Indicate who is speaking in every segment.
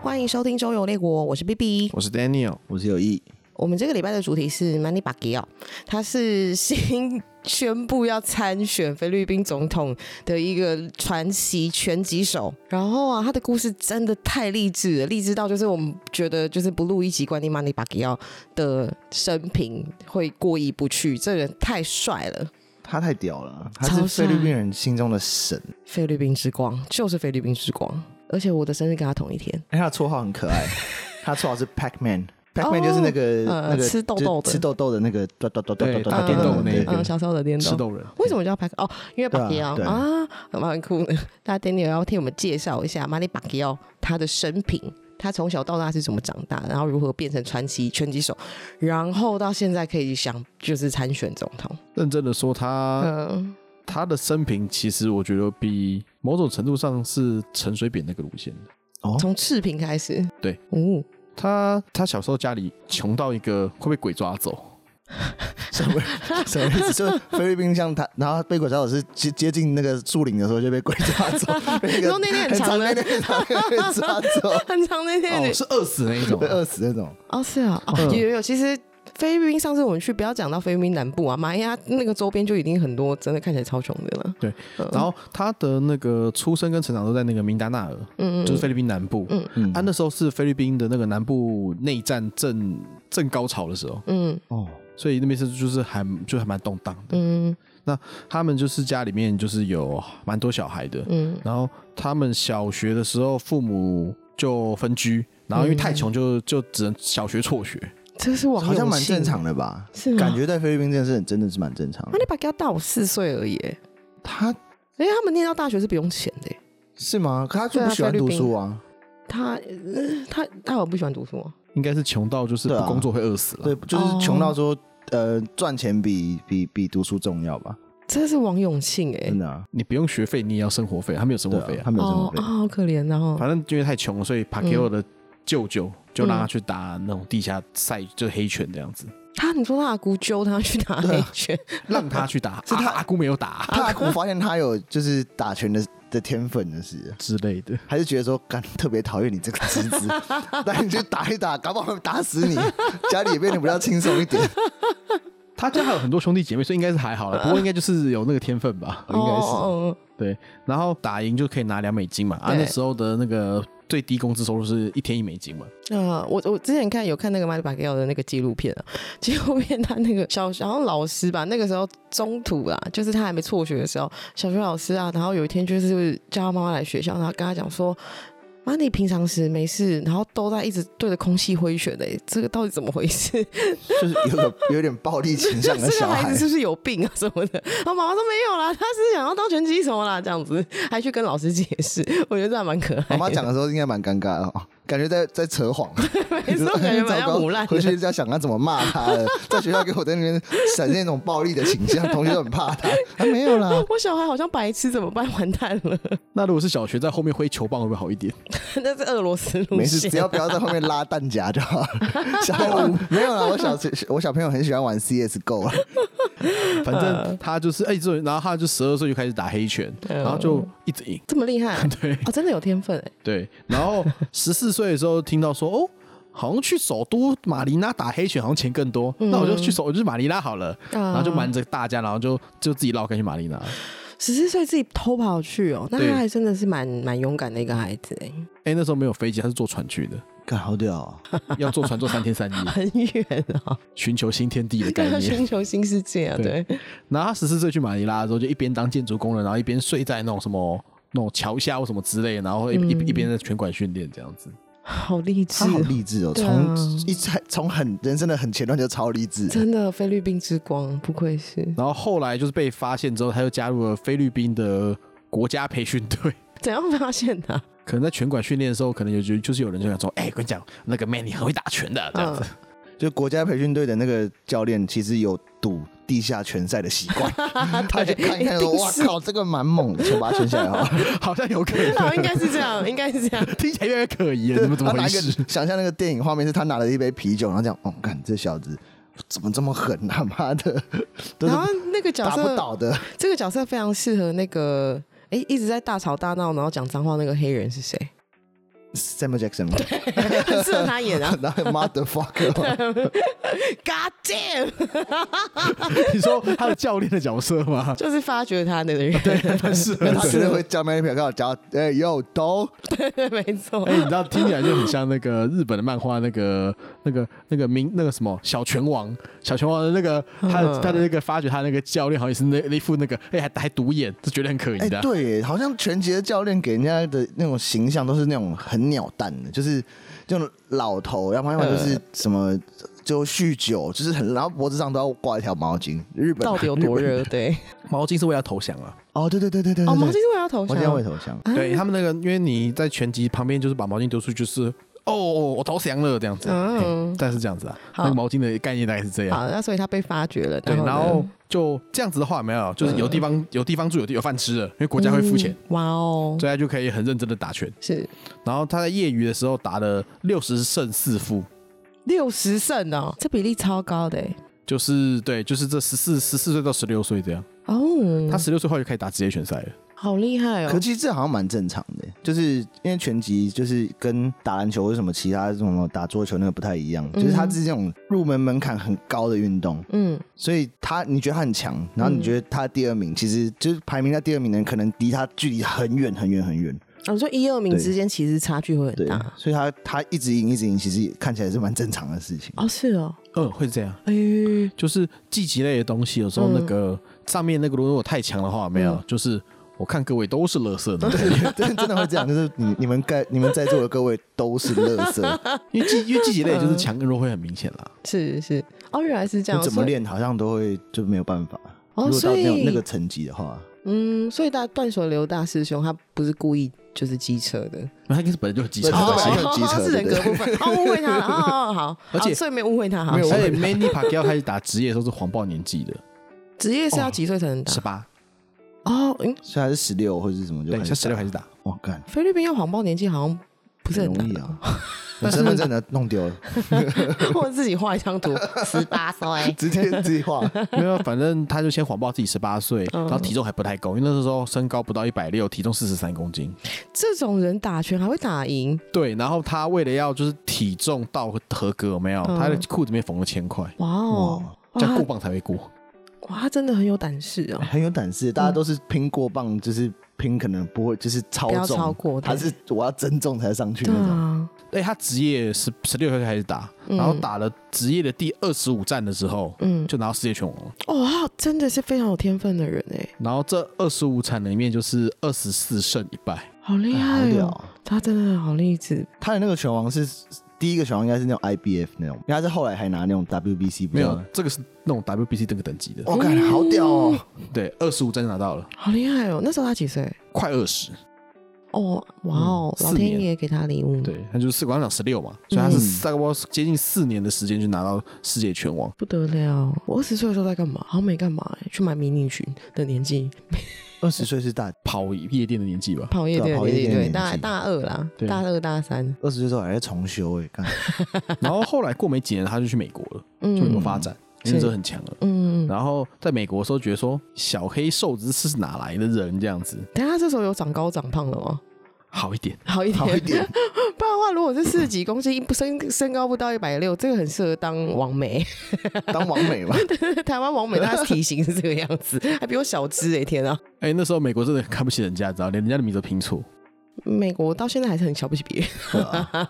Speaker 1: 欢迎收听《周游列国》，我是 B B。
Speaker 2: 我是 Daniel，
Speaker 3: 我是有意，
Speaker 1: 我们这个礼拜的主题是 Mani b a g i o 他是新宣布要参选菲律宾总统的一个传奇拳击手。然后啊，他的故事真的太励志了，励志到就是我们觉得就是不录一集关于 Mani b a g i o 的生平会过意不去。这人太帅了，
Speaker 3: 他太屌了，他
Speaker 1: 超
Speaker 3: 是
Speaker 1: 帅
Speaker 3: 菲律宾人心中的神。
Speaker 1: 菲律宾之光就是菲律宾之光。而且我的生日跟他同一天，
Speaker 3: 哎，他的绰号很可爱，他的绰号是 Pac Man。Pac
Speaker 1: 哦
Speaker 3: Man 就是那个
Speaker 1: 呃
Speaker 3: 那个
Speaker 1: 吃豆
Speaker 3: 就是
Speaker 1: 豆的
Speaker 3: 吃豆豆的那个嘟嘟嘟嘟嘟
Speaker 2: 对
Speaker 3: 嘟
Speaker 2: 打
Speaker 3: 嘟
Speaker 2: 电
Speaker 3: 嘟
Speaker 2: 动
Speaker 3: 嘟
Speaker 2: 那一
Speaker 3: 对
Speaker 2: 个
Speaker 1: 嗯，小时候的电动
Speaker 2: 吃，豆人。
Speaker 1: 为什么叫帕克？哦，因为
Speaker 3: 对
Speaker 1: 巴
Speaker 3: 啊
Speaker 1: 迪奥
Speaker 3: 对
Speaker 1: 啊，蛮酷的。 那 Daniel 要替我们介绍一下马里巴迪奥他的生平，他从小到大是怎么长大，然后如何变成传奇拳击手，然后到现在可以想就是参选总统。
Speaker 2: 认真的说，他
Speaker 1: 嗯，
Speaker 2: 他的生平其实我觉得比某种程度上是陈水扁那个路线的。
Speaker 3: 哦
Speaker 1: 从赤贫开始。
Speaker 2: 对，
Speaker 1: 哦，
Speaker 2: 他他小时候家里穷到一个会被鬼抓走，
Speaker 3: 什么什么意思？就是菲律宾像他，然后被鬼抓走是接接近那个树林的时候就被鬼抓走，被一
Speaker 1: 然
Speaker 3: 个
Speaker 1: 后那天很
Speaker 3: 很
Speaker 1: 长
Speaker 3: 长
Speaker 1: 的
Speaker 3: 那天很长的被抓走，
Speaker 1: 很长那天
Speaker 2: 哦，
Speaker 1: 的
Speaker 3: 啊
Speaker 2: 是饿死那一种
Speaker 3: 被。饿死那种。
Speaker 1: 哦，是啊，哦
Speaker 2: 嗯
Speaker 1: 有有有，其实。菲律宾上次我们去，不要讲到菲律宾南部啊，马来亚那个周边就已经很多真的看起来超穷的了。
Speaker 2: 对
Speaker 1: 嗯，
Speaker 2: 然后他的那个出生跟成长都在那个明达纳尔，
Speaker 1: 嗯，嗯
Speaker 2: 就是菲律宾南部。啊
Speaker 1: 嗯
Speaker 3: 嗯
Speaker 2: 他那时候是菲律宾的那个南部内战正正高潮的时候，
Speaker 1: 嗯
Speaker 3: 哦，
Speaker 2: 所以那边是就是还就还蛮动荡的。
Speaker 1: 嗯
Speaker 2: 他们就是家里面就是有蛮多小孩的，
Speaker 1: 嗯
Speaker 2: 然后他们小学的时候父母就分居，然后
Speaker 3: 嗯
Speaker 2: 因为太穷就就只能小学辍学。
Speaker 1: 这是网
Speaker 3: 好像
Speaker 1: 友
Speaker 3: 蛮
Speaker 1: 信
Speaker 3: 正常的吧？
Speaker 1: 是吗
Speaker 3: 感觉在菲律宾这件事情真的是蛮正常
Speaker 1: 那
Speaker 3: 的。
Speaker 1: 你把他大我四岁而已耶，
Speaker 3: 他
Speaker 1: 因为他们念到大学是不用钱的耶。
Speaker 3: 是吗？可他就
Speaker 1: 对啊
Speaker 3: 不喜欢
Speaker 1: 菲律
Speaker 3: 读
Speaker 1: 宾
Speaker 3: 书啊，
Speaker 1: 他、呃他他好像不喜欢读书、啊，
Speaker 2: 应该是穷到就是
Speaker 3: 对
Speaker 2: 不
Speaker 3: 啊
Speaker 2: 工作会饿死了。
Speaker 3: 对，就是穷
Speaker 1: 哦
Speaker 3: 到说，呃，赚钱比比比读书重要吧？
Speaker 1: 这是王永庆哎
Speaker 3: 真，的啊，
Speaker 2: 你不用学费，你也要生活费，他没有生活
Speaker 3: 对
Speaker 2: 费
Speaker 3: 啊，
Speaker 2: 啊。
Speaker 3: 他没有生活
Speaker 1: 哦
Speaker 3: 费
Speaker 1: 啊、。好可怜然后
Speaker 2: 反正因为太穷了，
Speaker 1: 嗯
Speaker 2: 所以帕奎奥的舅舅就让他去打那种地下赛，就是黑拳这样子，
Speaker 1: 他你说他阿姑揪他去打黑
Speaker 3: 啊
Speaker 1: 拳，
Speaker 2: 让他去打。
Speaker 3: 是他
Speaker 2: 啊阿姑没有 打
Speaker 3: 他我发现他有就是打拳的的天分的是，
Speaker 2: 之类的。
Speaker 3: 还是觉得说干特别讨厌你这个侄 子，那你去打一打，搞不好打死你，家里也变得比较轻松一点。
Speaker 2: 他家还有很多兄弟姐妹，所以应该是还好了。不过应该就是有那个天分吧。
Speaker 3: 应该是
Speaker 1: 哦
Speaker 2: 对，然后打赢就可以拿两美金嘛。啊，
Speaker 1: 对
Speaker 2: 那时候的那个最低工资收入是一天一美金嘛。
Speaker 1: 哦哦啊，我我之前看有看那个马里巴盖奥的那个纪录片啊，纪录片他那个小小学老师吧，那个时候中途啊，就是他还没辍学的时候，小学老师啊，然后有一天就是叫他妈妈来学校，然后跟他讲说，妈，你平常时没事，然后都在一直对着空气挥拳的，这个到底怎么回事？
Speaker 3: 就是有个有点暴 力倾向的
Speaker 1: 这个
Speaker 3: 小
Speaker 1: 孩
Speaker 3: 孩
Speaker 1: 子，是不是有病啊什么的？然后妈妈说没有啦，他是想要当拳击手啦，这样子还去跟老师解释，我觉得这还蛮可爱的。
Speaker 3: 妈妈讲的时候应该蛮尴尬的哦，感觉在在扯谎。
Speaker 1: 没错，感觉蛮像
Speaker 3: 糟糕
Speaker 1: 腐烂
Speaker 3: 回
Speaker 1: 的。
Speaker 3: 去就要想要怎么骂他 了。在学校给我在那边闪现那种暴力的形象，同学都很怕 他。啊，没有啦，
Speaker 1: 我小孩好像白痴，怎么办？ 完蛋了！
Speaker 2: 那如果是小学在后面挥球棒会不会好一点？
Speaker 1: 那是俄罗斯路
Speaker 3: 没事，
Speaker 1: 线
Speaker 3: 只。要不要在后面拉弹夹就好。 小孩玩没有啦，我小我小朋友很喜欢玩 CS:GO 啊，
Speaker 2: 反正他就是哎，这、然后他就十二岁就开始打黑拳，然后就一直赢。
Speaker 1: 这么厉害
Speaker 2: 对
Speaker 1: 哦，真的有天分哎！
Speaker 2: 对，然后十四岁的时候听到说哦。好像去首都马尼拉打黑拳，好像钱更多。那我就去首，我就去马尼拉好了。然后就瞒着大家，然后就就自己绕开去马尼拉。
Speaker 1: 十四岁自己偷跑去哦，那
Speaker 2: 对
Speaker 1: 他还真的是蛮蛮勇敢的一个孩子哎，
Speaker 2: 哎、那时候没有飞机，他是坐船去的，
Speaker 3: 干好屌啊！
Speaker 2: 要坐船坐三天三夜，
Speaker 1: 很远啊，
Speaker 2: 寻求新天地的
Speaker 1: 对
Speaker 2: 概
Speaker 1: 啊，
Speaker 2: 念。
Speaker 1: 寻求新世界啊，对
Speaker 2: 对，然后他十四岁去马尼拉的时候，就一边当建筑工人，然后一边睡在那种什么那种桥下或什么之类的，然后一、一一边在拳馆训练这样子。
Speaker 1: 好励志
Speaker 3: 他
Speaker 1: 哦，
Speaker 3: 好励志哦，
Speaker 1: 对啊
Speaker 3: 从一开从很人生的很前段就超励志。
Speaker 1: 真的菲律宾之光，不愧是
Speaker 2: 然后后来就是被发现之后，他又加入了菲律宾的国家培训队。
Speaker 1: 怎样发现 的啊？
Speaker 2: 可能在拳馆训练的时候，可能有就就是有人就想说，哎、跟你讲，那个 man 你很会打拳的这样子。
Speaker 3: 就国家培训队的那个教练，其实有赌地下拳赛的习惯，他去看一看说：“
Speaker 1: 一定
Speaker 3: 哇
Speaker 1: 是
Speaker 3: 靠，这个蛮猛的，先把他圈下来好了。”
Speaker 2: 嗯 好像有可能，
Speaker 1: 那哦应该是这 样，应该是这样。
Speaker 2: 听起来越来越可疑了，怎么怎么
Speaker 3: 他拿
Speaker 2: 回
Speaker 3: 一个
Speaker 2: 事？
Speaker 3: 想象那个电影画面是他拿了一杯啤酒，然后讲，哦，看这小子怎么这么狠，他妈的，都是
Speaker 1: 然后那个角
Speaker 3: 打不
Speaker 1: 色，
Speaker 3: 倒的。
Speaker 1: 这个角色非 常适合那个，哎，一直在大吵大闹，然后讲脏话那个黑人是谁？
Speaker 3: Samuel Jackson 吗？
Speaker 1: 很适合他演啊
Speaker 3: 然后 motherfucker，吗
Speaker 1: ！God damn，
Speaker 2: 你说他的教练的角色 吗？
Speaker 1: 就是发掘他那个人，
Speaker 2: 但是
Speaker 3: 因为他绝对会叫 Mary 刚好叫哎 yo dog，
Speaker 1: 对，没 错
Speaker 2: 哎、。你知道听起来就很像那个日本的漫画，那个、那个、那个名、那个什么小拳王，小拳王的那个
Speaker 1: 嗯
Speaker 2: 他的、他的那个发掘他那个教练好像也是那一副那个哎、还还独眼，这绝对很可
Speaker 3: 哎
Speaker 2: 疑的啊、
Speaker 3: 对耶，好像全杰的教练给人家的那种形象都是那种很鸟蛋的，就是这种老头，要不然要不然
Speaker 1: 呃
Speaker 3: 就是什么。就酗酒，就是很，然后脖子上都要挂一条毛巾。日本
Speaker 1: 到底有多？
Speaker 3: 日
Speaker 1: 热？对，
Speaker 2: 毛巾是为了投降啊，
Speaker 3: 本哦，对对对对对，
Speaker 1: 哦，
Speaker 3: 对
Speaker 1: 毛巾为了投
Speaker 3: 毛
Speaker 1: 降，
Speaker 3: 巾会投降。
Speaker 1: 啊
Speaker 2: 对他们那个，因为你在拳击旁边就是把毛巾丢出去，就是哦哦，我投降了这样子，
Speaker 1: 嗯
Speaker 2: 嗯，但是这样子啊，
Speaker 1: 好
Speaker 2: 那个毛巾的概念大概是这样。
Speaker 1: 好，那所以他被发掘了，
Speaker 2: 对，
Speaker 1: 呢
Speaker 2: 然后就这样子的话，有没有就是有地方、有地方住，有地有饭吃了，因为国家会付钱，，
Speaker 1: 嗯哇哦，
Speaker 2: 所以他就可以很认真的打拳。
Speaker 1: 是
Speaker 2: 然后他在业余的时候打了六十胜四负，
Speaker 1: 六十胜哦，这比例超高的欸
Speaker 2: 就是对，就是这十四十四岁到十六岁这样。
Speaker 1: 哦，
Speaker 2: 他十六岁后就开始打职业拳赛了。
Speaker 1: 好厉害
Speaker 3: 可
Speaker 1: 哦，
Speaker 3: 其实这好像蛮正常的，就是因为拳击就是跟打篮球或者什么其他什么打桌球那个不太一样，就是它是这种入门门槛很高的运动，
Speaker 1: 嗯，
Speaker 3: 所以他你觉得他很强，然后你觉得他第二名，其实就是排名在第二名的人，可能离他距离很远很远很远，
Speaker 1: 我哦说一二名之间其实差距会很
Speaker 3: 对
Speaker 1: 大，，
Speaker 3: 所以他他一直赢一直赢，其实也看起来是蛮正常的事 情。
Speaker 1: 哦，是哦，
Speaker 2: 嗯，会这样，
Speaker 1: 哎，
Speaker 2: 就是技击类的东西，有时候
Speaker 1: 嗯
Speaker 2: 那个、上面那个如果太强的话，有没有，就是我看各位都是乐色的，
Speaker 3: 真真的会这样，就是你你们该你们在座的各位都是乐色，
Speaker 2: 因为技因为技击类就是强跟弱会很明显啦。
Speaker 1: 是是，哦，原来是这
Speaker 3: 你
Speaker 1: 样，
Speaker 3: 怎么练好像都会就没有办法。
Speaker 1: 哦
Speaker 3: 如果到那
Speaker 1: 所
Speaker 3: 种
Speaker 1: 以
Speaker 3: 那个层级的话，
Speaker 1: 嗯，所以大断手流大师兄他不是故意就是机车的，
Speaker 2: 那他应该是本来就有技巧
Speaker 3: 对他
Speaker 2: 的东西。
Speaker 3: 本来就有机车
Speaker 1: 是人格部分，哦，误会他了，哦哦好，
Speaker 2: 而且
Speaker 1: 哦所以没误会他，好
Speaker 2: 而，
Speaker 1: 是
Speaker 2: 且 Manny Pacquiao 开始打职业的时候是黄暴年纪的，
Speaker 1: 职业是
Speaker 3: 哦
Speaker 1: 要几岁才能打
Speaker 2: 十？八，
Speaker 1: 哦，嗯，
Speaker 3: 所以还是十六或者是什么就
Speaker 2: 对，
Speaker 3: 开
Speaker 2: 他
Speaker 3: 始
Speaker 2: 十六开始打。
Speaker 3: 哇干，
Speaker 1: 菲律宾要谎报年纪好像不是很
Speaker 3: 容
Speaker 1: 难
Speaker 3: 易，啊！你身份证的弄丢了，
Speaker 1: 或者自己画一张图，十八 岁，
Speaker 3: 直接自己画。
Speaker 2: 没有，反正他就先谎报自己十八岁，
Speaker 1: 嗯
Speaker 2: 然后体重还不太够，因为那时候身高不到一百六，体重四十三公斤。
Speaker 1: 这种人打拳还会打赢，
Speaker 2: 对，然后他为了要就是体重到合格，有没有？
Speaker 1: 嗯
Speaker 2: 他的裤子里面缝了千块，
Speaker 1: 哇哦，
Speaker 2: 这样
Speaker 1: 哇
Speaker 2: 过磅才会过。
Speaker 1: 哇，他真的很有胆识哦，
Speaker 3: 很有胆识，大家都是拼过磅，就是拼可能不会，就是超
Speaker 1: 不要
Speaker 3: 重，
Speaker 1: 超过对
Speaker 3: 他是我要增重才上去
Speaker 1: 对
Speaker 3: 那种。
Speaker 1: 啊，
Speaker 2: 对，他职业十十六岁开始打，然后打了职业的第二十五战的时候，
Speaker 1: 嗯
Speaker 2: 就拿到世界拳王了。
Speaker 1: 哦，他真的是非常有天分的人哎，
Speaker 2: 然后这二十五场里面就是二十四胜一败，
Speaker 1: 好厉
Speaker 3: 哎好
Speaker 1: 害
Speaker 3: 屌
Speaker 1: 哦
Speaker 3: 哦，
Speaker 1: 他真的好励志，
Speaker 3: 他的那个拳王是第一个拳王，应该是那种 IBF 那种，因为他是后来还拿那种 WBC 不
Speaker 2: 没
Speaker 3: 知
Speaker 2: 有
Speaker 3: 道，
Speaker 2: 这个是那种 WBC 这个等级的。
Speaker 3: 我感好屌哦！
Speaker 2: 对，二十五战就拿到了，
Speaker 1: 好厉害哦，那时候他几岁？
Speaker 2: 快二十。
Speaker 1: 哦，哇哦，
Speaker 2: 嗯
Speaker 1: 老
Speaker 2: 四年
Speaker 1: 天爷给他礼物，
Speaker 2: 对，他就是四馆长十六嘛，所以他
Speaker 1: 嗯
Speaker 2: 是大概接近四年的时间就拿到世界拳王。
Speaker 1: 不得了！我二十岁的时候在干嘛？好像没干嘛、欸，去买迷你裙的年纪，
Speaker 3: 二十岁是大，
Speaker 2: 跑夜店的年 纪吧。
Speaker 1: 跑夜店
Speaker 3: 对啊
Speaker 1: 的
Speaker 3: 跑夜
Speaker 1: 年纪，
Speaker 3: 店的
Speaker 1: 对，
Speaker 3: 年
Speaker 1: 大
Speaker 3: 纪
Speaker 1: 大二啦，
Speaker 2: 对
Speaker 1: 大二大三，
Speaker 3: 二十岁之后还在重修哎，干
Speaker 2: 然后后来过没几年，他就去美国了，就美
Speaker 1: 嗯
Speaker 2: 国发展，
Speaker 1: 是
Speaker 2: 因为这很强了。
Speaker 1: 嗯，
Speaker 2: 然后在美国的时候，觉得说小黑瘦子是哪来的人这样子
Speaker 1: 等一下这时候有长高长胖了吗？
Speaker 2: 好一点，
Speaker 1: 好一点，。
Speaker 3: 好一点
Speaker 1: 不然的话，如果是四十几公斤，不身身高不到一百六，这个很适合当王美。
Speaker 3: 当王美吧，
Speaker 1: 台湾王美，她体型是这个样子， 还比我小只哎、天啊！
Speaker 2: 哎、那时候美国真的很看不起人家，知道连人家的名字都拼错。
Speaker 1: 美国到现在还是很瞧不起别人，
Speaker 3: 对啊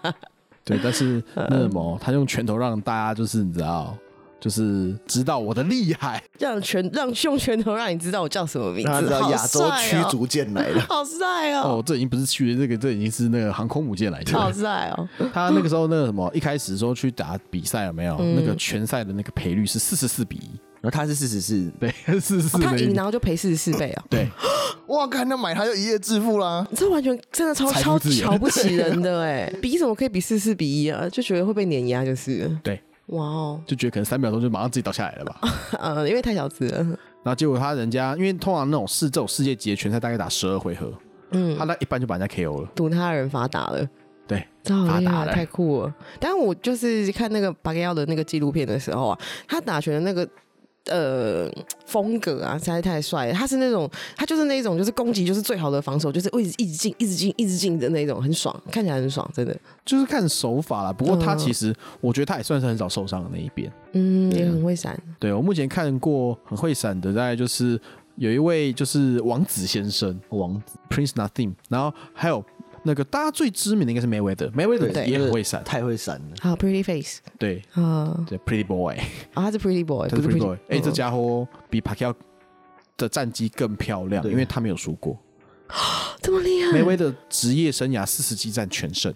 Speaker 2: 对，但是
Speaker 1: 嗯
Speaker 2: 那什么，他用拳头让大家就是你知道，就是知道我的厉害。
Speaker 1: 让拳让用拳头让你知道我叫什么名
Speaker 3: 让他
Speaker 1: 字，
Speaker 3: 知道
Speaker 1: 好
Speaker 3: 亚洲
Speaker 1: 帅
Speaker 3: 驱
Speaker 1: 哦
Speaker 3: 逐舰来了。
Speaker 1: 好帅哦，
Speaker 2: 哦，这已经不是去这个，这已经是那个航空母舰来的。
Speaker 1: 好帅哦，
Speaker 2: 他那个时候那个什么，一开始说去打比赛有没有？那个拳赛的那个赔率是四十四比一，
Speaker 3: 然后他是四十四，
Speaker 2: 对， 四十四
Speaker 1: 哦他赢
Speaker 2: 比
Speaker 1: 然后就赔四十四倍哦。
Speaker 2: 对，
Speaker 3: 哇，看他买他就一夜致富啦。
Speaker 1: 这完全真的超
Speaker 2: 财
Speaker 1: 超
Speaker 2: 富自由
Speaker 1: 瞧不起人 的哎、比什么可以比四四比一啊？就觉得会被碾压就是了。
Speaker 2: 对
Speaker 1: 哇哦，
Speaker 2: 就觉得可能三秒钟就马上自己倒下来了吧。
Speaker 1: 呃，因为太小只了，
Speaker 2: 然后结果他人家，因为通常那种世这种世界级的拳赛大概打十二回合，嗯，他那一半就把人家 KO 了，
Speaker 1: 赌他的人罚打了。
Speaker 2: 对，
Speaker 1: 这好
Speaker 2: 罚
Speaker 1: 厉
Speaker 2: 打
Speaker 1: 害，
Speaker 2: 了
Speaker 1: 太酷了！但我就是看那个巴格奥的那个纪录片的时候啊，他打拳的那个呃风格啊，实在太帅了。他是那种，他就是那种，就是攻击就是最好的防守，就是会一直一直进，一直进，一直进的那种，很爽，看起来很爽，真的。
Speaker 2: 就是看手法啦。不过他其实，我觉得他也算是很少受伤的那一边。
Speaker 1: 嗯，也很会闪。
Speaker 2: 对啊我目前看过很会闪的，大概就是有一位就是王子先生
Speaker 3: 王子
Speaker 2: Prince Nothing，然后还有那个大家最知名的应该是 Mayweather，Mayweather
Speaker 1: 对
Speaker 2: 也很会闪，
Speaker 3: 太会闪了，
Speaker 1: 好 Pretty Face
Speaker 2: 对
Speaker 1: 啊，
Speaker 2: 对 Pretty Boy，
Speaker 1: 啊，他是 Pretty Boy，
Speaker 2: 他是 Pretty Boy，哎、
Speaker 1: 嗯
Speaker 2: 这家伙比 Pacquiao 的战绩更漂亮，
Speaker 3: 对
Speaker 2: 因为他没有输过。
Speaker 1: 这么厉害
Speaker 2: 梅，威的职业生涯四十几战全胜，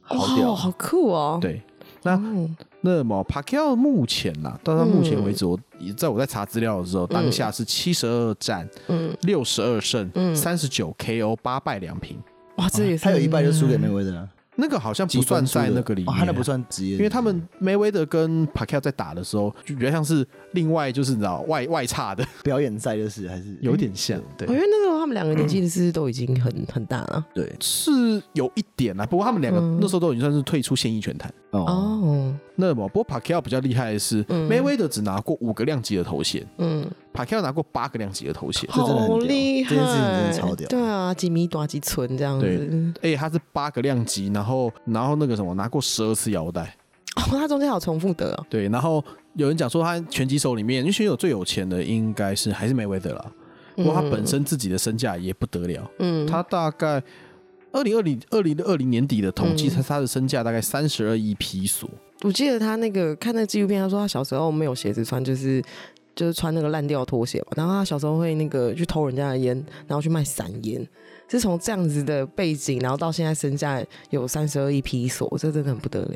Speaker 3: 好屌
Speaker 1: 哇，好酷哦。
Speaker 2: 对。那
Speaker 1: 嗯
Speaker 2: 那么 Pacquiao 目前啦，到他目前为止，我在我在查资料的时候，当下是七十二战，
Speaker 1: 嗯，
Speaker 2: 六十二胜，三十九 KO，八败两平。
Speaker 1: 哇，这也是嗯
Speaker 3: 啊他有一败就输给梅啊威德了，
Speaker 2: 那个好像不算在那个里面，啊
Speaker 3: 哦他那不，算职业，
Speaker 2: 因为他们梅威德跟 Pacquiao 在打的时候，就比较像是另外就是你知道外外差 的，嗯
Speaker 3: 表演赛就是还是
Speaker 2: 有点像，对
Speaker 1: 我因。为那时候他们两个年纪是都已经很很大了
Speaker 3: 对
Speaker 2: 是有一点啦，啊不过他们两个
Speaker 1: 嗯
Speaker 2: 那时候都已经算是退出现役拳坛。
Speaker 3: 哦，
Speaker 1: 哦，
Speaker 2: 那么，不过 Pacquiao 比较厉害的是，
Speaker 1: 嗯
Speaker 2: 梅威德只拿过五个量级的头衔
Speaker 1: 嗯，
Speaker 2: ，Pacquiao 拿过八个量级的头衔，
Speaker 3: 这真的很
Speaker 1: 好
Speaker 3: 屌
Speaker 1: 厉害，
Speaker 3: 这件事情真的超屌
Speaker 1: 对啊，几米短几寸这样子
Speaker 2: 对。而且他是八个量级，然后然后那个什么拿过十二次腰带，
Speaker 1: 哦，他中间还有重复的哦。
Speaker 2: 对，然后有人讲说他拳击手里面，因为选手最有钱的应该是还是梅威德啦，不过他本身自己的身价也不得了，
Speaker 1: 嗯，
Speaker 2: 他大概二零二零二零二零年底的统计，
Speaker 1: 嗯
Speaker 2: 他他的身价大概三十二亿披索，
Speaker 1: 我记得他那个看那个纪录片，他说他小时候没有鞋子穿，就是就是穿那个烂掉拖鞋嘛。然后他小时候会那个去偷人家的烟，然后去卖散烟。是从这样子的背景，然后到现在身价有三十二亿披索，这真的很不得了，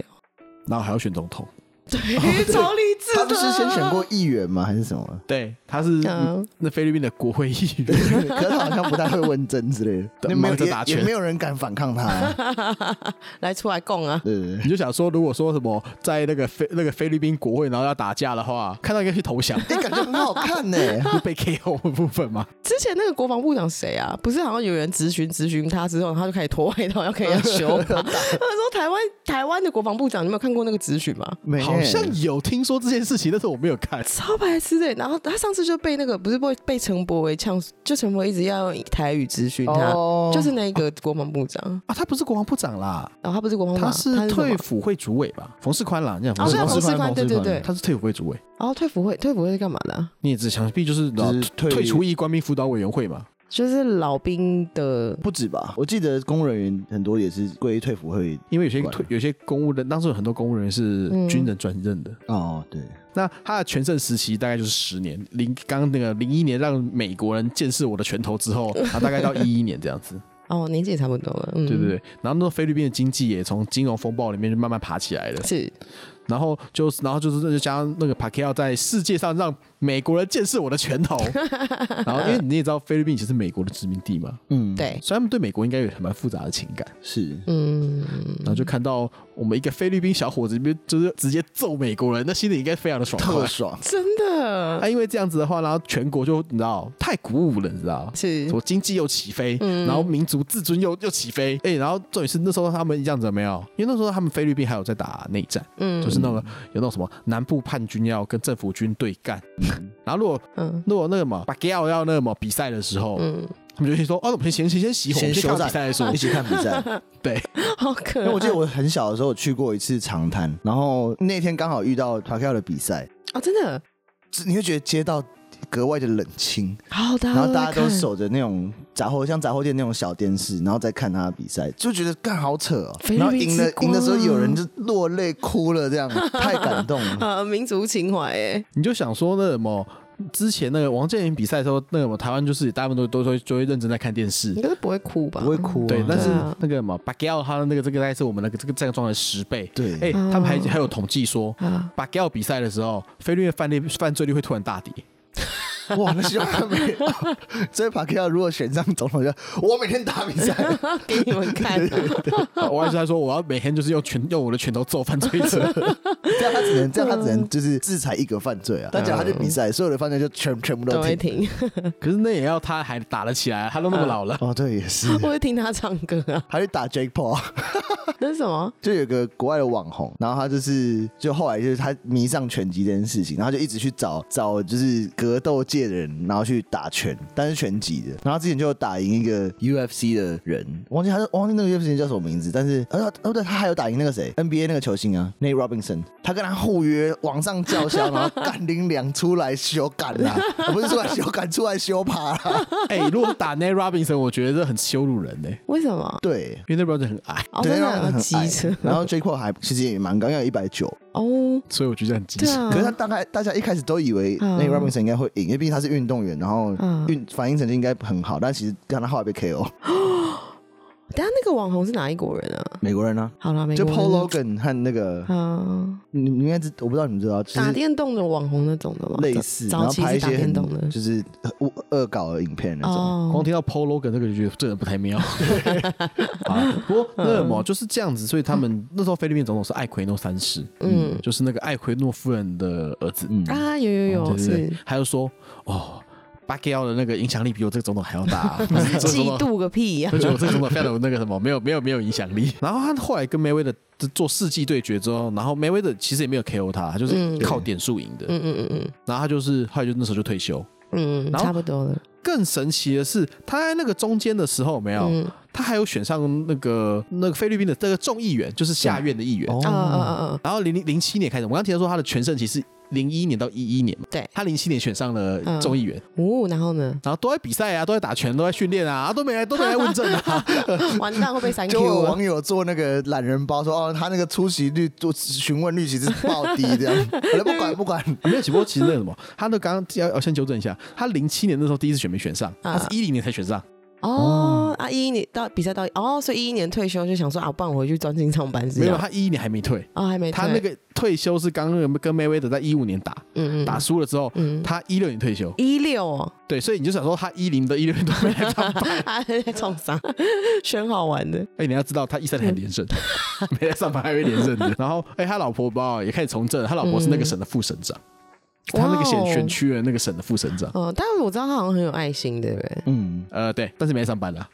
Speaker 2: 然后还要选总统，
Speaker 1: 对，超励志
Speaker 3: 哦他
Speaker 1: 的。
Speaker 3: 不是先选过议员吗？还是什么？
Speaker 2: 对，他是、
Speaker 1: 嗯
Speaker 2: 那菲律宾的国会议员。
Speaker 3: 可是他好像不太会问政之类的，
Speaker 2: 对
Speaker 3: 那没有
Speaker 2: 忙着
Speaker 3: 也
Speaker 2: 打拳
Speaker 3: 也没有人敢反抗 他，
Speaker 1: 来出来供啊！
Speaker 3: 对对对
Speaker 2: 你就想说，如果说什么在那个菲那个菲律宾国会，然后要打架的话，看到应该去投降，
Speaker 3: 哎，感觉很好看呢，
Speaker 2: 就被 KO 的部分嘛。
Speaker 1: 之前那个国防部长谁啊？不是好像有人咨询咨询他之后，他就开始脱外套要给 人家修
Speaker 3: 呃
Speaker 1: 吗？他说台湾台湾的国防部长，你有没有看过那个咨询吗？
Speaker 3: 没
Speaker 2: 好像有听说这件事情，但是我没有看。
Speaker 1: 超白痴的。然后他上次就被那个不是被被陈柏维呛，就陈柏惟一直要用台语咨询他，
Speaker 3: 哦
Speaker 1: 就是那个国防部长。
Speaker 2: 啊，他不是国防部长啦，
Speaker 1: 然后他不是国防部
Speaker 2: 他
Speaker 1: 长，
Speaker 2: 是
Speaker 1: 他是什么
Speaker 2: 退辅会主委吧？冯世宽啦，你讲
Speaker 1: 哦，
Speaker 2: 冯世
Speaker 1: 对啊，
Speaker 2: 宽，
Speaker 1: 冯
Speaker 3: 冯世
Speaker 1: 世宽，
Speaker 3: 宽
Speaker 1: 对对
Speaker 3: 冯世
Speaker 1: 对
Speaker 3: 宽。
Speaker 2: 他是退辅会主委。
Speaker 1: 然后退辅会，退辅会是干嘛的啊、
Speaker 2: 你也只想必就是老
Speaker 3: 就是退
Speaker 2: 退出役官兵辅导委员会嘛？
Speaker 1: 就是老兵的
Speaker 3: 不止吧？我记得公务人员很多也是归退服会
Speaker 2: 因为有些
Speaker 3: 管
Speaker 2: 退有些公务人，当时有很多公务人员是
Speaker 1: 嗯
Speaker 2: 军人转任的。
Speaker 3: 哦，对，
Speaker 2: 那他的全盛时期大概就是十年，零刚刚那个零一年让美国人见识我的拳头之 后，然后大概到一一年这样子。
Speaker 1: 哦，年纪也差不多了，嗯，
Speaker 2: 对对对，然后那时候菲律宾的经济也从金融风暴里面就慢慢爬起来了，
Speaker 1: 是
Speaker 2: 然后就是然后就是就加上那个 p a c a 在世界上让美国人见识我的拳头，然后因为你也知道菲律宾以前是美国的殖民地嘛，
Speaker 3: 嗯，
Speaker 1: 对，
Speaker 2: 所以他们对美国应该有很蛮复杂的情感，
Speaker 3: 是
Speaker 1: 嗯，
Speaker 2: 然后就看到我们一个菲律宾小伙子就是直接揍美国人，那心里应该非常的爽
Speaker 3: 特
Speaker 2: 快。
Speaker 3: 爽，
Speaker 1: 真的
Speaker 2: 那、因为这样子的话，然后全国就你知道太鼓舞了，你知道。
Speaker 1: 是
Speaker 2: 什么经济又起飞，然后民族自尊又又起飞，哎、然后重点是那时候他们这样子有没有？因为那时候他们菲律宾还有在打内战，
Speaker 1: 嗯
Speaker 2: 就是那个有那种什么南部叛军要跟政府军对干， 然后如果
Speaker 1: 嗯
Speaker 2: 如果那个嘛把 g a l 要那个嘛比赛的时候，
Speaker 1: 嗯，
Speaker 2: 他们就先说哦，我们先先先熄火，我
Speaker 3: 先
Speaker 2: 们先
Speaker 3: 休
Speaker 2: 看
Speaker 3: 战
Speaker 2: 比赛再说
Speaker 3: 一。起看比赛。
Speaker 2: 对，
Speaker 1: 好可
Speaker 3: 因
Speaker 1: 爱。
Speaker 3: 为我记得我很小的时候有去过一次长滩，然后那天刚好遇到 p a c a 的比赛，
Speaker 1: 哦，真的
Speaker 3: 只你会觉得街道格外的冷清，
Speaker 1: 好，大
Speaker 3: 然后大家
Speaker 1: 在
Speaker 3: 都
Speaker 1: 哦看
Speaker 3: 守着那种杂货像杂货店那种小电视，然后再看他的比赛，就觉得干好扯哦。
Speaker 1: 菲律
Speaker 3: 然后
Speaker 1: 宾
Speaker 3: 赢了
Speaker 1: 之光啊
Speaker 3: 赢的时候，有人就落泪哭了，这样太感动 了。
Speaker 1: 呃民族情怀哎，
Speaker 2: 你就想说那什么之前那个王健林比赛的时候，那个什么台湾就是大部分都都会就会认真在看电视
Speaker 1: 应，该是不会哭吧？
Speaker 3: 不会 哭啊、
Speaker 2: 对，但是
Speaker 1: 对啊
Speaker 2: 那个嘛，巴 g a l 他的那个这个大概是我们那个这个战状的十倍。
Speaker 3: 对
Speaker 2: 哎、他们还还有统计说，
Speaker 1: 嗯哦啊，
Speaker 2: 巴 g a l 比赛的时候，菲律宾犯罪犯罪率会突然大跌。
Speaker 3: 哇，那希望他每这一把 K 如果选上总统就，我每天打比赛，
Speaker 1: 给你们 看、
Speaker 2: 我还是他说我要每天就是用拳用我的拳头揍犯罪者，
Speaker 3: 这样他只能这样他只能就是制裁一个犯罪啊。但只要他去比赛，所有的犯罪就全全部
Speaker 1: 都
Speaker 3: 都
Speaker 1: 会
Speaker 3: 停。
Speaker 1: 听，
Speaker 2: 可是那也要他还打得起来，啊他
Speaker 1: 嗯
Speaker 2: 都那么老了，
Speaker 3: 哦，对，也是，
Speaker 1: 我会听他唱歌啊。
Speaker 3: 还去打 Jake Paul。
Speaker 1: 那是什么？
Speaker 3: 就有个国外的网红，然后他就是就后来就是他迷上拳击这件事情，然后就一直去找找就是格斗界的人，然后去打拳，但是拳击的。然后他之前就有打赢一个 UFC 的人，忘记他是忘记那个 UFC 叫什么名字，但是呃哦对，他还有打赢那个谁 NBA 那个球星啊，Nate Robinson，他跟他互约网上叫嚣，然后干林良出来修改啦，啊 不是出来修改，出来修爬啊啦。
Speaker 2: 哎、如果是打 Nate Robinson，我觉得这很羞辱人呢、欸
Speaker 1: 为什么？
Speaker 3: 对。
Speaker 2: 因为 Nate Robinson 很矮，
Speaker 1: 哦，
Speaker 3: 对，
Speaker 1: 真
Speaker 3: 让人
Speaker 1: 的
Speaker 3: 很
Speaker 1: 机
Speaker 3: 矮
Speaker 1: 车
Speaker 3: 然后 J a c o 还其实也蛮高，应该有一百九，
Speaker 1: 哦，
Speaker 2: 所以我觉得很机
Speaker 1: 对
Speaker 2: 智。
Speaker 1: 啊，
Speaker 3: 可是他大概大家一开始都以为
Speaker 1: 嗯
Speaker 3: 那个 Robinson 应该会赢，因为毕竟他是运动员，然后
Speaker 1: 嗯
Speaker 3: 运反应成绩应该很好，但其实看他后来被 KO，
Speaker 1: 等一下那个网红是哪一国人啊？
Speaker 3: 美国人呢、
Speaker 1: 好了，美
Speaker 3: 就
Speaker 1: 国
Speaker 3: Paul
Speaker 1: 人
Speaker 3: Logan 和那个
Speaker 1: 啊，
Speaker 3: 你你应该知，我不知道你们知道，就
Speaker 1: 打
Speaker 3: 是
Speaker 1: 电动的网红那种的吗？
Speaker 3: 类似，然
Speaker 1: 早
Speaker 3: 后
Speaker 1: 期
Speaker 3: 拍一
Speaker 1: 是打
Speaker 3: 些
Speaker 1: 电动的
Speaker 3: 很，就是恶恶搞的影片那种。
Speaker 2: 光
Speaker 1: 哦，
Speaker 2: 听到 Paul Logan 这个就觉得这人不太妙。 啊，不过那
Speaker 1: 嗯
Speaker 2: 么就是这样子，所以他们那时候菲律宾总统是艾奎诺三世，
Speaker 1: 嗯
Speaker 2: 就是那个艾奎诺夫人的儿子。嗯，
Speaker 1: 啊，有有有，
Speaker 2: 对对
Speaker 1: 是
Speaker 2: 对，还有说哦，巴盖奥的那个影响力比我这个总统还要 大、 啊
Speaker 1: 嫉妒个屁啊 呀
Speaker 2: 就！觉得我这个总统非常有那个什么，没有没有没有影响力。 然后他后来跟梅威的做世纪对决之后，然后梅威的其实也没有 KO 他，他就是
Speaker 1: 嗯
Speaker 2: 靠点数赢的。
Speaker 1: 嗯嗯嗯
Speaker 2: 然后他就是后来就那时候就退休。
Speaker 1: 嗯嗯，
Speaker 2: 然后
Speaker 1: 差不多了。
Speaker 2: 更神奇的是，他在那个中间的时候，有没有、
Speaker 1: 嗯
Speaker 2: 他还有选上那个那个菲律宾的这个众议员，就是下院的议员。
Speaker 1: 啊啊啊啊！
Speaker 2: 然后零零零七年开始，我刚提到说他的全盛期是零一年到一一年嘛，
Speaker 1: 对
Speaker 2: 他零七年选上了
Speaker 1: 嗯
Speaker 2: 众议员，
Speaker 1: 哦，然后呢？
Speaker 2: 然后都在比赛啊，都在打拳，都在训练啊，都没来都没来问政 啊，
Speaker 1: 完蛋会被三
Speaker 3: 就
Speaker 1: Q 啊
Speaker 3: 有
Speaker 1: 了
Speaker 3: 网。友做那个懒人包说，哦，他那个出席率、做询问率其实是爆低这 样，我就不管不管，
Speaker 2: 啊没有，只不过其实那个什么，他那刚刚要要先纠正一下，他零七年那时候第一次选没选上，
Speaker 1: 啊
Speaker 2: 他是一零年才选上，
Speaker 1: 哦啊！一一年到比赛到哦，所以一一年退休就想说啊，不然我回去专心上班是
Speaker 2: 没有，
Speaker 1: 吧？
Speaker 2: 他一一年还没退，
Speaker 1: 啊，还没
Speaker 2: 他
Speaker 1: 退
Speaker 2: 那个退休是刚刚跟梅威德在一五年打，
Speaker 1: 嗯嗯
Speaker 2: 打输了之后，
Speaker 1: 嗯
Speaker 2: 他一六年退休，
Speaker 1: 一六哦，
Speaker 2: 对，所以你就想说他一零的一六年都没 来上班，
Speaker 1: 还在冲啥？ 选好玩的，
Speaker 2: 哎，你要知道他一三年还连胜， 没来上班还会连胜的，然后哎，他老婆吧也开始从政，他老婆是那个省的副省长，他那个
Speaker 1: 嗯哇
Speaker 2: 选
Speaker 1: 哦
Speaker 2: 选区的那个省的副省长。
Speaker 1: 哦，但我知道他好像很有爱心，对不对？
Speaker 3: 嗯，
Speaker 2: 呃，对，但是没来上班 啦。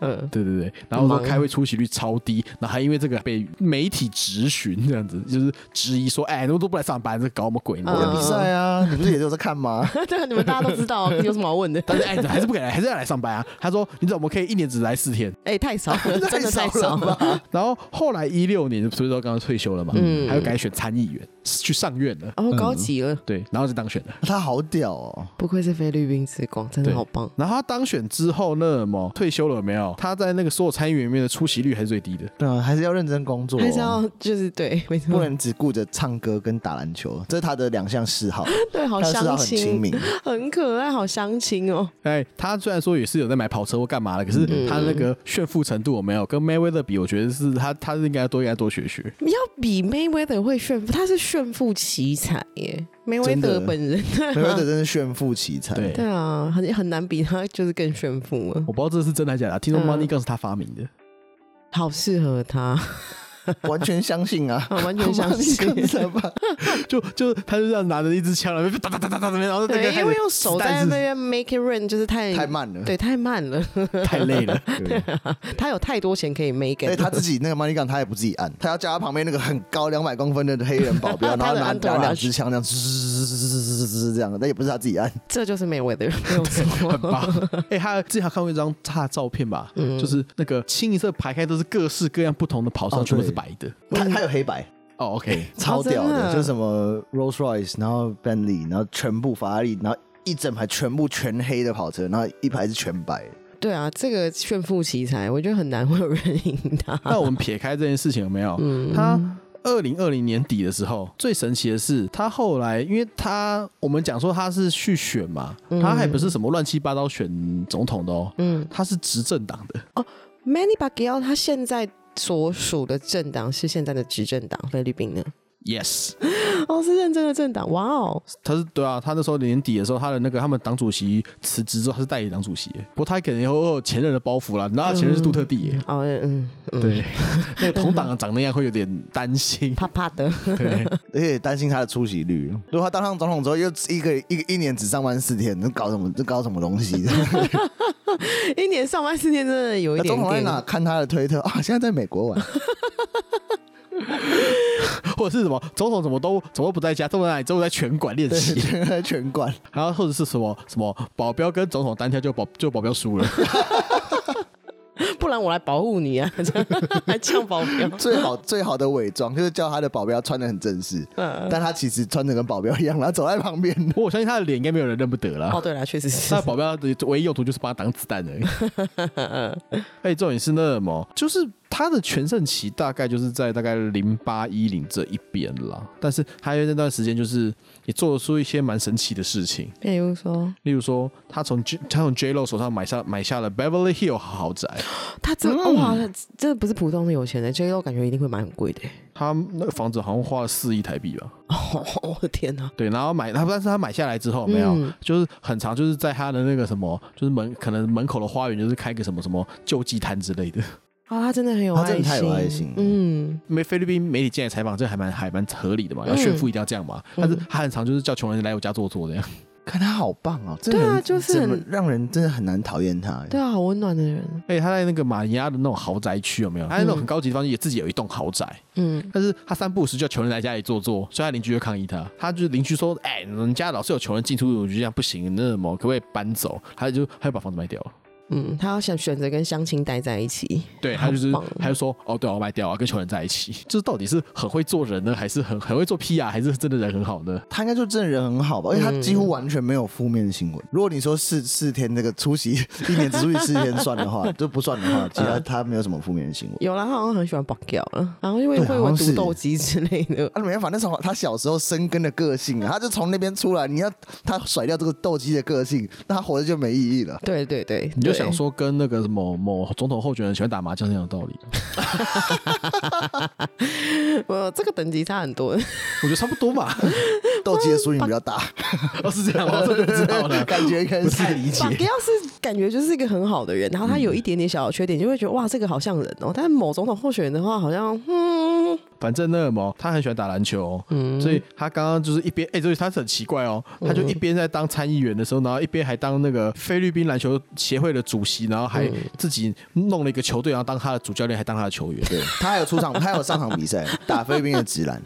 Speaker 1: 嗯，
Speaker 2: 对对对，然后说
Speaker 1: 忙
Speaker 2: 开会出席率超低，然后还因为这个被媒体质询，这样子就是质疑说，哎，你们都不来上班，这搞什么鬼呢？
Speaker 3: 我的比
Speaker 1: 嗯
Speaker 3: 赛啊，你不是也有在看吗？
Speaker 1: 对啊， 你们大家都知 道，有什么好问的？
Speaker 2: 但是哎，你还是不敢来，还是要来上班啊。他说，你怎么可以一年只来四 天？
Speaker 1: 哎， 太少了，真的太
Speaker 3: 太
Speaker 1: 少
Speaker 3: 少了
Speaker 1: 了。
Speaker 2: 然后后来一六年，所以说刚刚退休了嘛，还要改选参议员，去上院了。
Speaker 1: 哦，高级了，
Speaker 2: 对，然后就当选了。
Speaker 3: 他好屌哦，
Speaker 1: 不愧是菲律宾之光，真的
Speaker 2: 对
Speaker 1: 好棒。
Speaker 2: 然后他当选之后，那么退休了没有？他在那个所有参议员里面的出席率还是最低的。
Speaker 3: 对啊，还是要认真工作哦，
Speaker 1: 还是要就是对，没
Speaker 3: 不
Speaker 1: 错，
Speaker 3: 能只顾着唱歌跟打篮球，这是他的两项嗜好。
Speaker 1: 对，好
Speaker 3: 他的嗜好
Speaker 1: 相
Speaker 3: 很亲
Speaker 1: 亲，
Speaker 3: 民，
Speaker 1: 很可爱，好相亲哦。
Speaker 2: 哎，他虽然说也是有在买跑车或干嘛的，可是
Speaker 1: 嗯
Speaker 2: 他那个炫富程度有没有跟 Mayweather 比？我觉得是他，他是应该多应该多学学。
Speaker 1: 要比 Mayweather 会炫富，他是炫富奇才耶。
Speaker 3: 真
Speaker 1: Mayweather
Speaker 3: 的
Speaker 1: 本人，
Speaker 3: 梅威德真是炫富奇才。
Speaker 2: 对
Speaker 1: 对啊，很很难比他，就是更炫富了，
Speaker 2: 我不知道这是真的还是假的，听说
Speaker 1: 嗯
Speaker 2: Money Gun 是他发明的，
Speaker 1: 好适合他，，
Speaker 3: 完全相信啊
Speaker 1: 完全相 信。
Speaker 3: 你看着吧
Speaker 2: 就就他就这样拿着一支枪，然后哒哒哒哒哒，然后那个
Speaker 1: 对，因为用手在那
Speaker 2: 子弹
Speaker 1: 边 make it rain 就是太
Speaker 3: 太慢了。
Speaker 1: 对，太慢了。
Speaker 2: 是太累了，
Speaker 1: 他有太多钱可以 make
Speaker 3: 而且
Speaker 1: it，
Speaker 3: 哎他自己那个 money gun 他也不自己按，他要叫他旁边那个很高两百公分的黑人保镖，然
Speaker 1: 他
Speaker 3: 后
Speaker 1: 有
Speaker 3: 拿
Speaker 1: 按多
Speaker 3: 拿
Speaker 1: 少
Speaker 3: 两支枪这样，滋滋滋滋滋滋滋这样，但也不是他自己按，
Speaker 1: 这就是 Mayweather，没有
Speaker 2: 很
Speaker 1: 错。
Speaker 2: 棒。哎、他之前还看过一张他的照片吧，
Speaker 1: 嗯
Speaker 2: 就是那个清一色排开都是各式各样不同的跑车，
Speaker 3: 哦
Speaker 2: 全部是
Speaker 3: 对
Speaker 2: 白的。
Speaker 3: 他他有黑白，
Speaker 2: 哦，OK，
Speaker 3: 超屌
Speaker 1: 真的
Speaker 3: 的，就是什么 Rolls Royce，然后 Bentley，然后全部法拉利，然后一整排全部全黑的跑车，然后一排是全白的。
Speaker 1: 对啊，这个炫富奇才，我觉得很难会有人赢 他。
Speaker 2: 那我们撇开这件事情有没有？
Speaker 1: 嗯
Speaker 2: 他二零二零年底的时候，最神奇的是，他后来，因为他我们讲说他是去选嘛，他还不是什么乱七八糟选总统的哦，
Speaker 1: 嗯
Speaker 2: 他是执政党的，
Speaker 1: ，Manny Pacquiao 他现在所属的政党是现在的执政党菲律宾的。
Speaker 2: yes，
Speaker 1: 哦，是认真的政党，哇哦，
Speaker 2: 他是对啊，他那时候年底的时候，他的那个他们党主席辞职之后，他是代理党主席耶，不过他可能有有前任的包袱啦，然后他前任是杜特地耶，
Speaker 1: 哦，嗯嗯，
Speaker 2: 对， 那个同党长那样会有点担心，
Speaker 1: 怕怕的，
Speaker 2: 对，
Speaker 3: 而且担心他的出席率。如果他当上总统之后，又一个一个一年只上班四天，那搞什么？这搞什么东 西？
Speaker 1: 一年上班时间真的有一
Speaker 3: 那
Speaker 1: 点
Speaker 3: 哎总统在
Speaker 1: 点，
Speaker 3: 哪？看他的推特啊，现在在美国玩。
Speaker 2: 或者是什么总统怎么都怎么都不在家，都在哪里？都在拳馆练
Speaker 3: 对，
Speaker 2: 习，
Speaker 3: 全在全管。
Speaker 2: 然后或者是什么什么保镖跟总统单挑就保就保镖输了，
Speaker 1: 不然我来保护你啊， 这样还呛保镖，
Speaker 3: 最好最好的伪装就是叫他的保镖穿的很正式，
Speaker 1: 嗯，
Speaker 3: 但他其实穿的跟保镖一样，然后走在旁边。
Speaker 2: 不过我相信他的脸应该没有人认不得啦。
Speaker 1: 哦，对了，确实是
Speaker 2: 他的，保镖的唯一用途就是帮他挡子弹而已。 哎，重点是那什么，就是他的全盛期大概就是在大概零八一零这一边啦。但是他因为那段时间就是也做出一些蛮神奇的事情，
Speaker 1: 比如说
Speaker 2: 例如说他从 J 他从 J Lo 手上买下买下了 Beverly Hill 豪宅，
Speaker 1: 他这
Speaker 3: 嗯
Speaker 1: 哇，这不是普通的有钱人，J Lo 感觉一定会买很贵的，
Speaker 2: 他那个房子好像花了四亿台币吧？
Speaker 1: 哦， 我的天哪，
Speaker 2: 对，然后买他，但是他买下来之后没有，
Speaker 1: 嗯
Speaker 2: 就是很长，就是在他的那个什么，就是门可能门口的花园就是开个什么什么救济摊之类的。
Speaker 1: 啊，他真的很有
Speaker 3: 他
Speaker 1: 爱
Speaker 3: 真
Speaker 1: 心，
Speaker 3: 的太有爱心了
Speaker 1: 嗯，
Speaker 2: 因为菲律宾媒体进来采访，这还蛮还蛮合理的嘛，
Speaker 1: 嗯
Speaker 2: 要炫富一定要这样嘛。
Speaker 1: 嗯
Speaker 2: 但是他很常就是叫穷人来我家坐坐这样，
Speaker 3: 看他好棒哦，真的
Speaker 1: 对啊
Speaker 3: 很
Speaker 1: 就是很
Speaker 3: 怎么让人真的很难讨厌他。
Speaker 1: 对啊，好温暖的人，
Speaker 2: 而且哎他在那个马尼拉的那种豪宅区有没有？他在那种很高级的地方也自己有一栋豪宅，
Speaker 1: 嗯，
Speaker 2: 但是他三不五时叫穷人来家里坐坐，所以他邻居就抗议他。他就是邻居说：“哎、人家老是有穷人进出，我就这样不行，那什么可不可以搬走？”他就他就把房子卖掉了。
Speaker 1: 嗯，他要想选择跟相亲待在一起，
Speaker 2: 对他就是
Speaker 1: 好棒
Speaker 2: 他就说：“哦，对啊，我卖掉啊，跟穷人在一起。” 就是到底是很会做人呢，还是很很会做 PR，还是真的人很好呢？
Speaker 3: 他应该就真的人很好吧，而且他
Speaker 1: 嗯
Speaker 3: 几乎完全没有负面新闻。如果你说四四天那个出席一年只出席四天算 的话，就不算的话，其他他没有什么负面新闻。
Speaker 1: 有啦，他好像很喜欢绑掉了，然后因为
Speaker 3: 对啊
Speaker 1: 会
Speaker 3: 好
Speaker 1: 玩
Speaker 3: 像
Speaker 1: 独
Speaker 3: 是
Speaker 1: 斗鸡之类的，
Speaker 3: 啊，没办法，那时候他小时候生根的个性啊，他就从那边出来，你要他甩掉这个斗鸡的个性，那他活着就没意义 了。
Speaker 1: 对对对，
Speaker 2: 你就
Speaker 1: 对
Speaker 2: 想说跟那个某某总统候选人喜欢打麻将是一样的道理。
Speaker 1: 我这个等级差很 多，
Speaker 2: 我觉得差不多 吧。
Speaker 3: 斗鸡的输赢比较大，
Speaker 2: 哦，是这样吗？这个不知道了，
Speaker 3: 感觉应该
Speaker 2: 不太
Speaker 3: 是
Speaker 2: 理解
Speaker 1: 马。迪奥是感觉就是一个很好的人，然后他有一点点小的缺点，就会觉得哇，这个好像人哦。但某总统候选人的话，好像嗯，
Speaker 2: 反正那么他很喜欢打篮球，所以他刚刚就是一边，哎、所以他是很奇怪哦，他就一边在当参议员的时
Speaker 1: 嗯
Speaker 2: 候，然后一边还当那个菲律宾篮球协会的主席，然后
Speaker 1: 嗯
Speaker 2: 还自己弄了一个球队，然后当他的主教练，还当他 的球员。
Speaker 3: 对他还有出场，他有上场比赛打菲律宾的直男，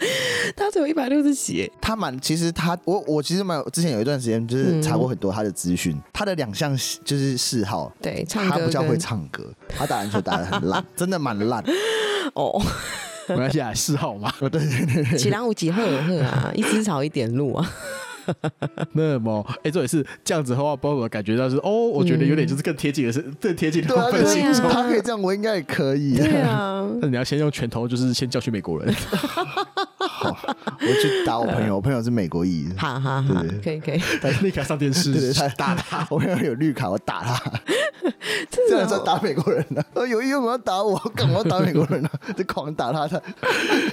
Speaker 1: 他只有一百六十几耶，
Speaker 3: 他蛮其实他我我其实蛮有之前有一段时间就是查过很多他的资讯，他的两项喜就是嗜好，
Speaker 1: 嗯对，唱
Speaker 3: 他
Speaker 1: 歌
Speaker 3: 不叫会
Speaker 1: 跟
Speaker 3: 唱歌，他打篮球打的 很烂，真的蛮烂。
Speaker 1: 哦，
Speaker 2: 没关系啊，嗜好嘛。
Speaker 1: 几郎五几赫尔赫啊，一枝草一点露啊，
Speaker 2: 那么，哎、这也是这样子的话，包括我感觉到是哦，我觉得有点就是更贴近的是、更贴近的
Speaker 3: 对啊，
Speaker 2: 部分
Speaker 3: 就
Speaker 1: 嗯对
Speaker 2: 性
Speaker 1: 啊
Speaker 3: 是他可以这样，我应该也可以。
Speaker 1: 对啊，
Speaker 2: 那你要先用拳头，就是先教训美国人。
Speaker 3: 我去打我朋友，我朋友是美国裔，
Speaker 1: 哈哈哈，可以可以，
Speaker 2: 立刻上电视，
Speaker 3: 对对，他打他， 我朋友有绿卡，我打他， 这
Speaker 1: 真
Speaker 3: 样
Speaker 1: 的
Speaker 3: 算
Speaker 1: 哦
Speaker 3: 打美国人了。 呃有一有要打我，干嘛要打美国人呢？ 就狂打他，他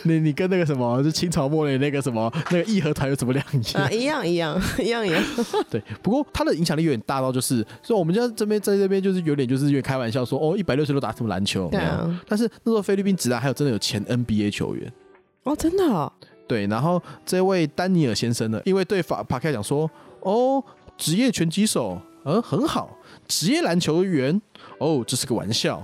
Speaker 2: 你你跟那个什么，就清朝末年那个什么那个义和团有什么两
Speaker 1: 啊，一
Speaker 2: 样？
Speaker 1: 样一样一样一 样，
Speaker 2: 对，不过他的影响力有点大到就是，所以我们家这边在这边就是有点就是有点开玩笑说，哦，一百六十六打什么篮球？有没有
Speaker 1: 对啊
Speaker 2: 但是那时候菲律宾直男还有真的有前 NBA 球员。
Speaker 1: 哦，真的哦，
Speaker 2: 对，然后这位丹尼尔先生呢，因为对法帕克讲说，哦，职业拳击手，嗯，很好，职业篮球员，哦，这是个玩笑。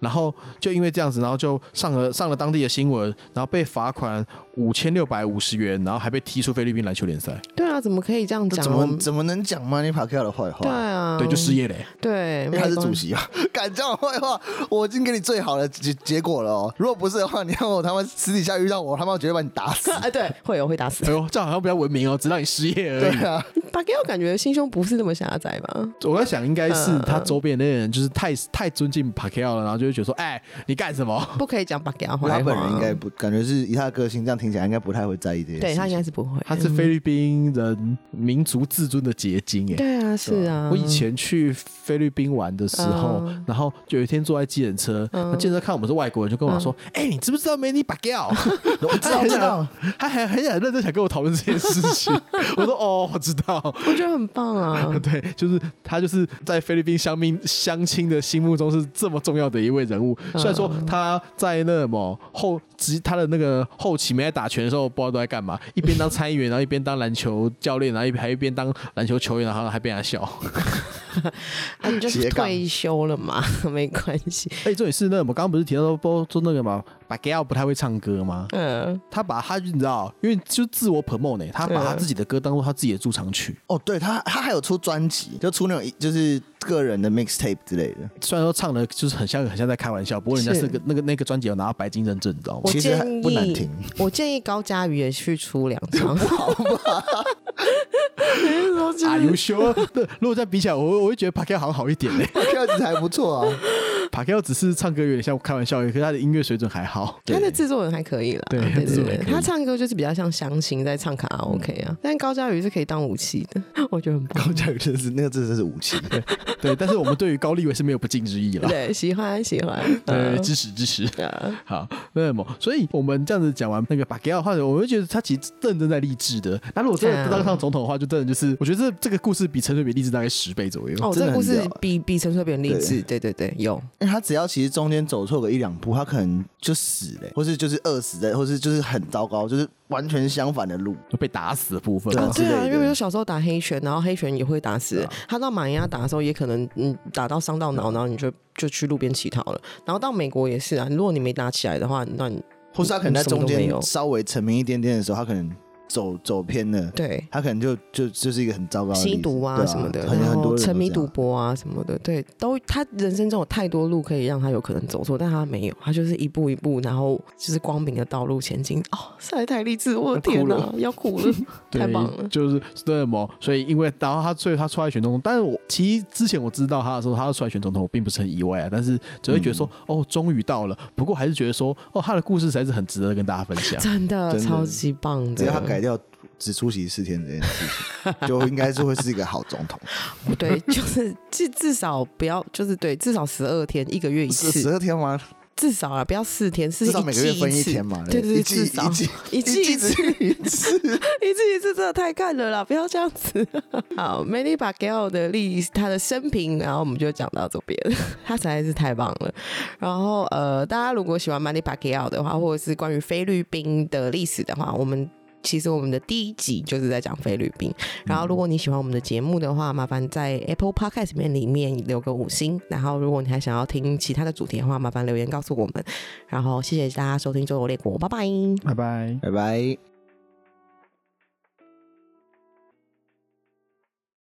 Speaker 2: 然后就因为这样子，然后就上了上了当地的新闻，然后被罚款五千六百五十元，然后还被踢出菲律宾篮球联赛，
Speaker 1: 对啊，怎么可以这样
Speaker 3: 这
Speaker 1: 讲
Speaker 3: 怎
Speaker 1: 哦？我
Speaker 3: 么
Speaker 1: 们
Speaker 3: 怎么能讲 Money Pacquiao 的坏
Speaker 1: 对
Speaker 3: 话？
Speaker 1: 啊，
Speaker 2: 对，就失业嘞、
Speaker 1: 对，
Speaker 3: 因为他是
Speaker 1: 没关
Speaker 3: 主席啊， 敢讲我坏话，我已经给你最好的结结果了哦。如果不是的话，你让我他妈私底下遇到我，他妈绝对把你打死
Speaker 1: 。哎，对，会有会打死
Speaker 2: 哎。呦，这样好像比较文明哦，只让你失业而
Speaker 3: 对
Speaker 2: 已。
Speaker 3: 啊，
Speaker 1: 巴给奥感觉心胸不是那么狭窄吧？
Speaker 2: 我在想，应该是
Speaker 1: 嗯
Speaker 2: 他周边的那些人就是太太尊敬帕克奥了，然后就会觉得说，哎、你干什么？
Speaker 1: 不可以讲巴给奥坏话。啊
Speaker 3: 他本人应该不，感觉是以他的个性，这样听起来应该不太会在意这些事情。
Speaker 1: 对他应该是不会，嗯
Speaker 2: 他是菲律宾人民族自尊的结晶哎、
Speaker 1: 对啊，是啊。
Speaker 2: 我以前去菲律宾玩的时候，
Speaker 1: 嗯
Speaker 2: 然后有一天坐在计程车，那计程车看我们是外国人，就跟我说：“哎、你知不知道 Many b a g a o 我知
Speaker 3: 道知道，
Speaker 2: 他还很想认真想跟我讨论这件事情。我说：“哦，我知道。。
Speaker 1: 我觉得很棒 啊
Speaker 2: 对，就是他，就是在菲律宾乡民乡亲的心目中是这么重要的一位人物。虽然说他在那么后职他的那个后期没在打拳的时候，不知道都在干嘛，一边当参议员，然后一边当篮球教练，然后一边还一边当篮球球员，然后还被人家笑。
Speaker 1: 啊，你就是
Speaker 3: 斜杠
Speaker 1: 退休了嘛，没关 系。
Speaker 2: 哎、重点是那我们刚刚不是提到说包说那个嘛，把 g a l 不太会唱歌吗？
Speaker 1: 嗯，啊
Speaker 2: 他把他你知道，因为就自我 promote 呢、他把他自己的歌当做他自己的驻唱曲。
Speaker 3: 哦，对他，他还有出专辑，就出那种一就是个人的 mixtape 之类的。
Speaker 2: 虽然说唱的就是很像很像在开玩笑，不过人家
Speaker 1: 是
Speaker 2: 是个那个那个专辑有拿到白金认证，你知道吗
Speaker 1: 我？
Speaker 3: 其实还
Speaker 1: 建议
Speaker 3: 不难听
Speaker 1: 我建议高佳瑜也去出两 张，好吧？
Speaker 2: 啊，优秀。 对，如果这样比起来，我会我会觉得 p a k 好像好一 点嘞、
Speaker 3: 我看到这还不错啊，
Speaker 2: p a k 只是唱歌有点像开玩笑而已，可是他的音乐水准还好。
Speaker 1: 他的制作人还可以啦，
Speaker 2: 对
Speaker 1: 对
Speaker 2: 制
Speaker 1: 对
Speaker 2: 作人
Speaker 1: 对，
Speaker 2: 还可以
Speaker 1: 他唱歌就是比较像相亲在唱卡拉 OK 啊，但高佳瑜是可以当武器的， 我觉得很棒。
Speaker 3: 高嘉宇真是那个字真是武器。
Speaker 2: 对，但是我们对于高立伟是没有不敬之意 啦。
Speaker 1: 对，啊喜欢喜欢，
Speaker 2: 对，
Speaker 1: 嗯
Speaker 2: 支持支持。
Speaker 1: 啊
Speaker 2: 好，那么，所以我们这样子讲完那个巴吉奥的话，我会觉得他其实认真在励志的。那如果真的当上总统的话，就真的就是，我觉得这这个故事比陈水扁励志大概十倍左右。
Speaker 1: 哦，这
Speaker 3: 真的
Speaker 1: 个故
Speaker 3: 很
Speaker 1: 事
Speaker 3: 屌欸
Speaker 1: 比比陈水扁励志，对对对，有
Speaker 3: 因为他只要其实中间走错个一两步，他可能就死了、欸或是就是饿死的，或是就是很糟糕，就是完全相反的路。
Speaker 2: 就被打死的部分
Speaker 3: 对
Speaker 2: 嘛。
Speaker 3: 啊
Speaker 1: 啊，对啊，
Speaker 3: 之类的啊
Speaker 1: 因为我小时候打黑拳，然后黑拳也会打死人。他到马尼亚打的时候，也可能嗯打到伤到脑，然后你就就去路边乞讨了。然后到美国也是啊，如果你没打起来的话，那你
Speaker 3: 或是他可能在中
Speaker 1: 嗯什么都没
Speaker 3: 间
Speaker 1: 有
Speaker 3: 稍微沉迷一点点的时候，他可能走走偏了，
Speaker 1: 对
Speaker 3: 他可能就就就是一个很糟糕的例
Speaker 1: 吸
Speaker 3: 子
Speaker 1: 毒啊
Speaker 3: 对
Speaker 1: 什么的，
Speaker 3: 很
Speaker 1: 然
Speaker 3: 很多
Speaker 1: 后
Speaker 3: 人
Speaker 1: 沉迷
Speaker 3: 都这
Speaker 1: 赌
Speaker 3: 样
Speaker 1: 博啊什么的，对，都他人生中有太多路可以让他有可能走错，但他没有，他就是一步一步，然后就是光明的道路前进。哦，实在太励志，我的天
Speaker 2: 哭了
Speaker 1: 哪，要哭 了，
Speaker 2: 对
Speaker 1: 太棒了，
Speaker 2: 就是那么，所以因为然后他所以他出来选总统，但是我其实之前我知道他的时候，他要出来选总统，我并不是很意外啊，但是只会觉得说、
Speaker 1: 嗯
Speaker 2: 哦，终于到了。不过还是觉得说哦，他的故事实在是很值得跟大家分享。
Speaker 1: 真的
Speaker 3: 真的
Speaker 1: 超级棒的。
Speaker 3: 只要他改掉只出席四天这件事情，就应该是会是一个好总 统。
Speaker 1: 对，就是至至少不要，就是对，至少十二天，一个月一
Speaker 3: 是十
Speaker 1: 次，
Speaker 3: 二天吗？
Speaker 1: 至少啊，不要四天，是
Speaker 3: 至少每个月分
Speaker 1: 一
Speaker 3: 一
Speaker 1: 次
Speaker 3: 天嘛
Speaker 1: 对对对，
Speaker 3: 一季
Speaker 1: 至少
Speaker 3: 一季
Speaker 1: 一季一次，
Speaker 3: 一次。
Speaker 1: 一次一次真的太看了啦，不要这样子。 好 m a n y b a g a l 的历他的生平，然后我们就讲到这边，他实在是太棒了。然后呃，大家如果喜欢 m a n y b a g a l 的话，或者是关于菲律宾的历史的话，我们。其实我们的第一集就是在讲菲律宾，然后如果你喜欢我们的节目的话，麻烦在 Apple Podcast 里面里面留个五星，然后如果你还想要听其他的主题的话，麻烦留言告诉我们，然后谢谢大家收听《周游列国》，拜拜。
Speaker 2: 拜拜。
Speaker 3: 拜拜。